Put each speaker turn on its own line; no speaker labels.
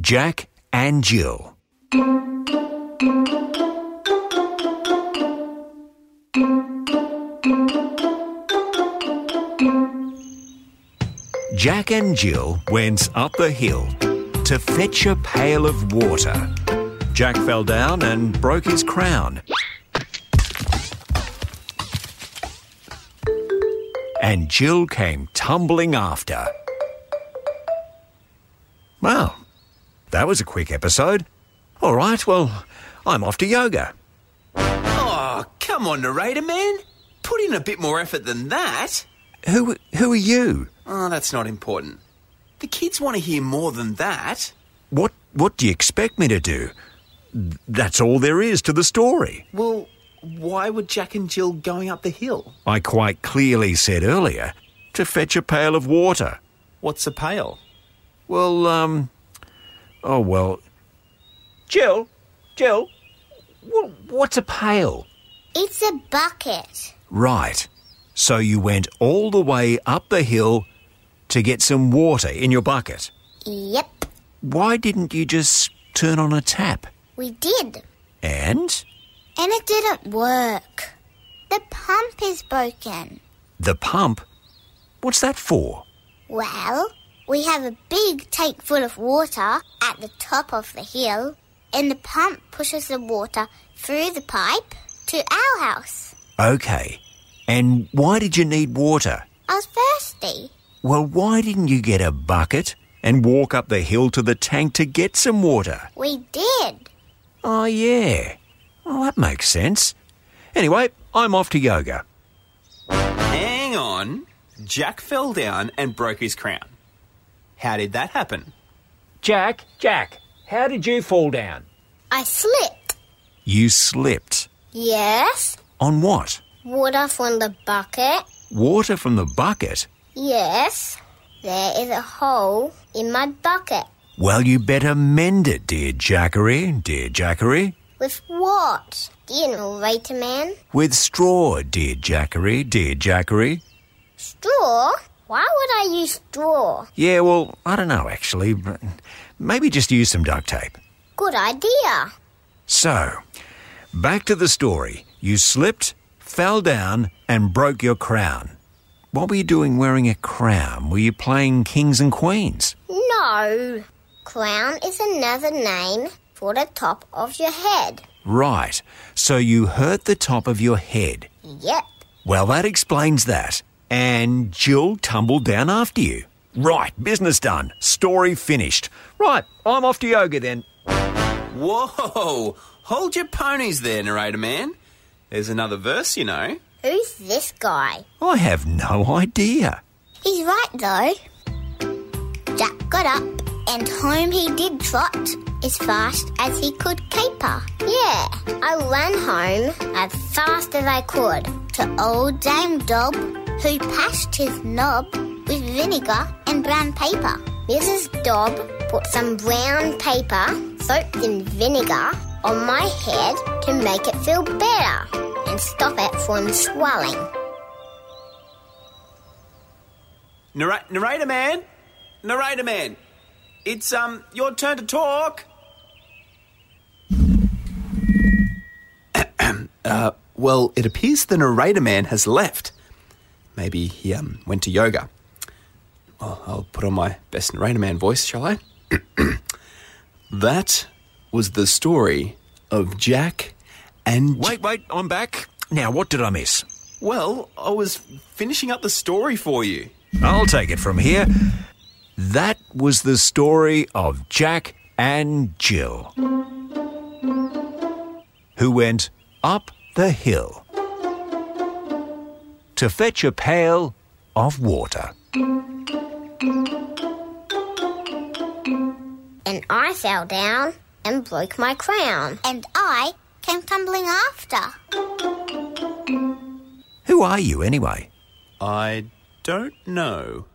Jack and Jill. Jack and Jill went up a hill to fetch a pail of water. Jack fell down and broke his crown. And Jill came tumbling after. Well, that was a quick episode. All right, well, I'm off to yoga.
Oh, come on, narrator man. Put in a bit more effort than that.
Who who are you?
Oh, that's not important. The kids want to hear more than that.
What what do you expect me to do? That's all there is to the story.
Well, why were Jack and Jill going up the hill?
I quite clearly said earlier to fetch a pail of water.
What's a pail?
Well, um Oh well.
Jill, Jill,
wh- What's a pail?
It's a bucket.
Right. So you went all the way up the hill to get some water in your bucket.
Yep,
Why didn't you just turn on a tap?
we did.
And
And it didn't work. The pump is broken.
the pump? What's that for?
Well, we have a big tank full of water at the top of the hill, and the pump pushes the water through the pipe to our house.
Okay. And why did you need water?
I was thirsty.
Well, why didn't you get a bucket and walk up the hill to the tank to get some water?
We did.
Oh, yeah. Well, that makes sense. Anyway, I'm off to yoga.
Hang on. Jack fell down and broke his crown. How did that happen?
Jack, Jack, how did you fall down?
I slipped.
You slipped.
Yes.
On what?
Water from the bucket.
Water from the bucket?
Yes. There is a hole in my bucket.
Well, you better mend it, dear Jackery, dear Jackery.
With what? Do you know, Raider Man?
With straw, dear Jackery, dear Jackery.
Straw? Why would I use straw?
Yeah, well, I don't know actually, but maybe just use some duct tape.
Good idea.
So, back to the story. You slipped, fell down, and broke your crown. What were you doing wearing a crown? Were you playing kings and queens?
No. Crown is another name for the top of your head.
Right, so you hurt the top of your head.
Yep.
Well, that explains that. And Jill tumbled down after you. Right, business done. Story finished. Right, I'm off to yoga then.
Whoa! Hold your ponies there, narrator man. There's another verse, you know.
Who's this guy?
I have no idea.
He's right though. Jack got up, and home he did trot as fast as he could caper. Yeah, I ran home as fast as I could to old Dame Dob, who pashed his knob with vinegar and brown paper. Mrs. Dob put some brown paper soaked in vinegar on my head to make it feel better and stop it from swelling.
Narra- narrator man, narrator man, it's um your turn to talk. uh, well, it appears the narrator man has left. Maybe he um went to yoga. Well, I'll put on my best narrator man voice, shall I? that was the story of Jack and
Wait, wait, I'm back. Now, what did I miss?
Well, I was finishing up the story for you.
I'll take it from here. That was the story of Jack and Jill, who went up the hill to fetch a pail of water.
and I fell down and broke my crown. And I came tumbling after.
Who are you anyway?
I don't know.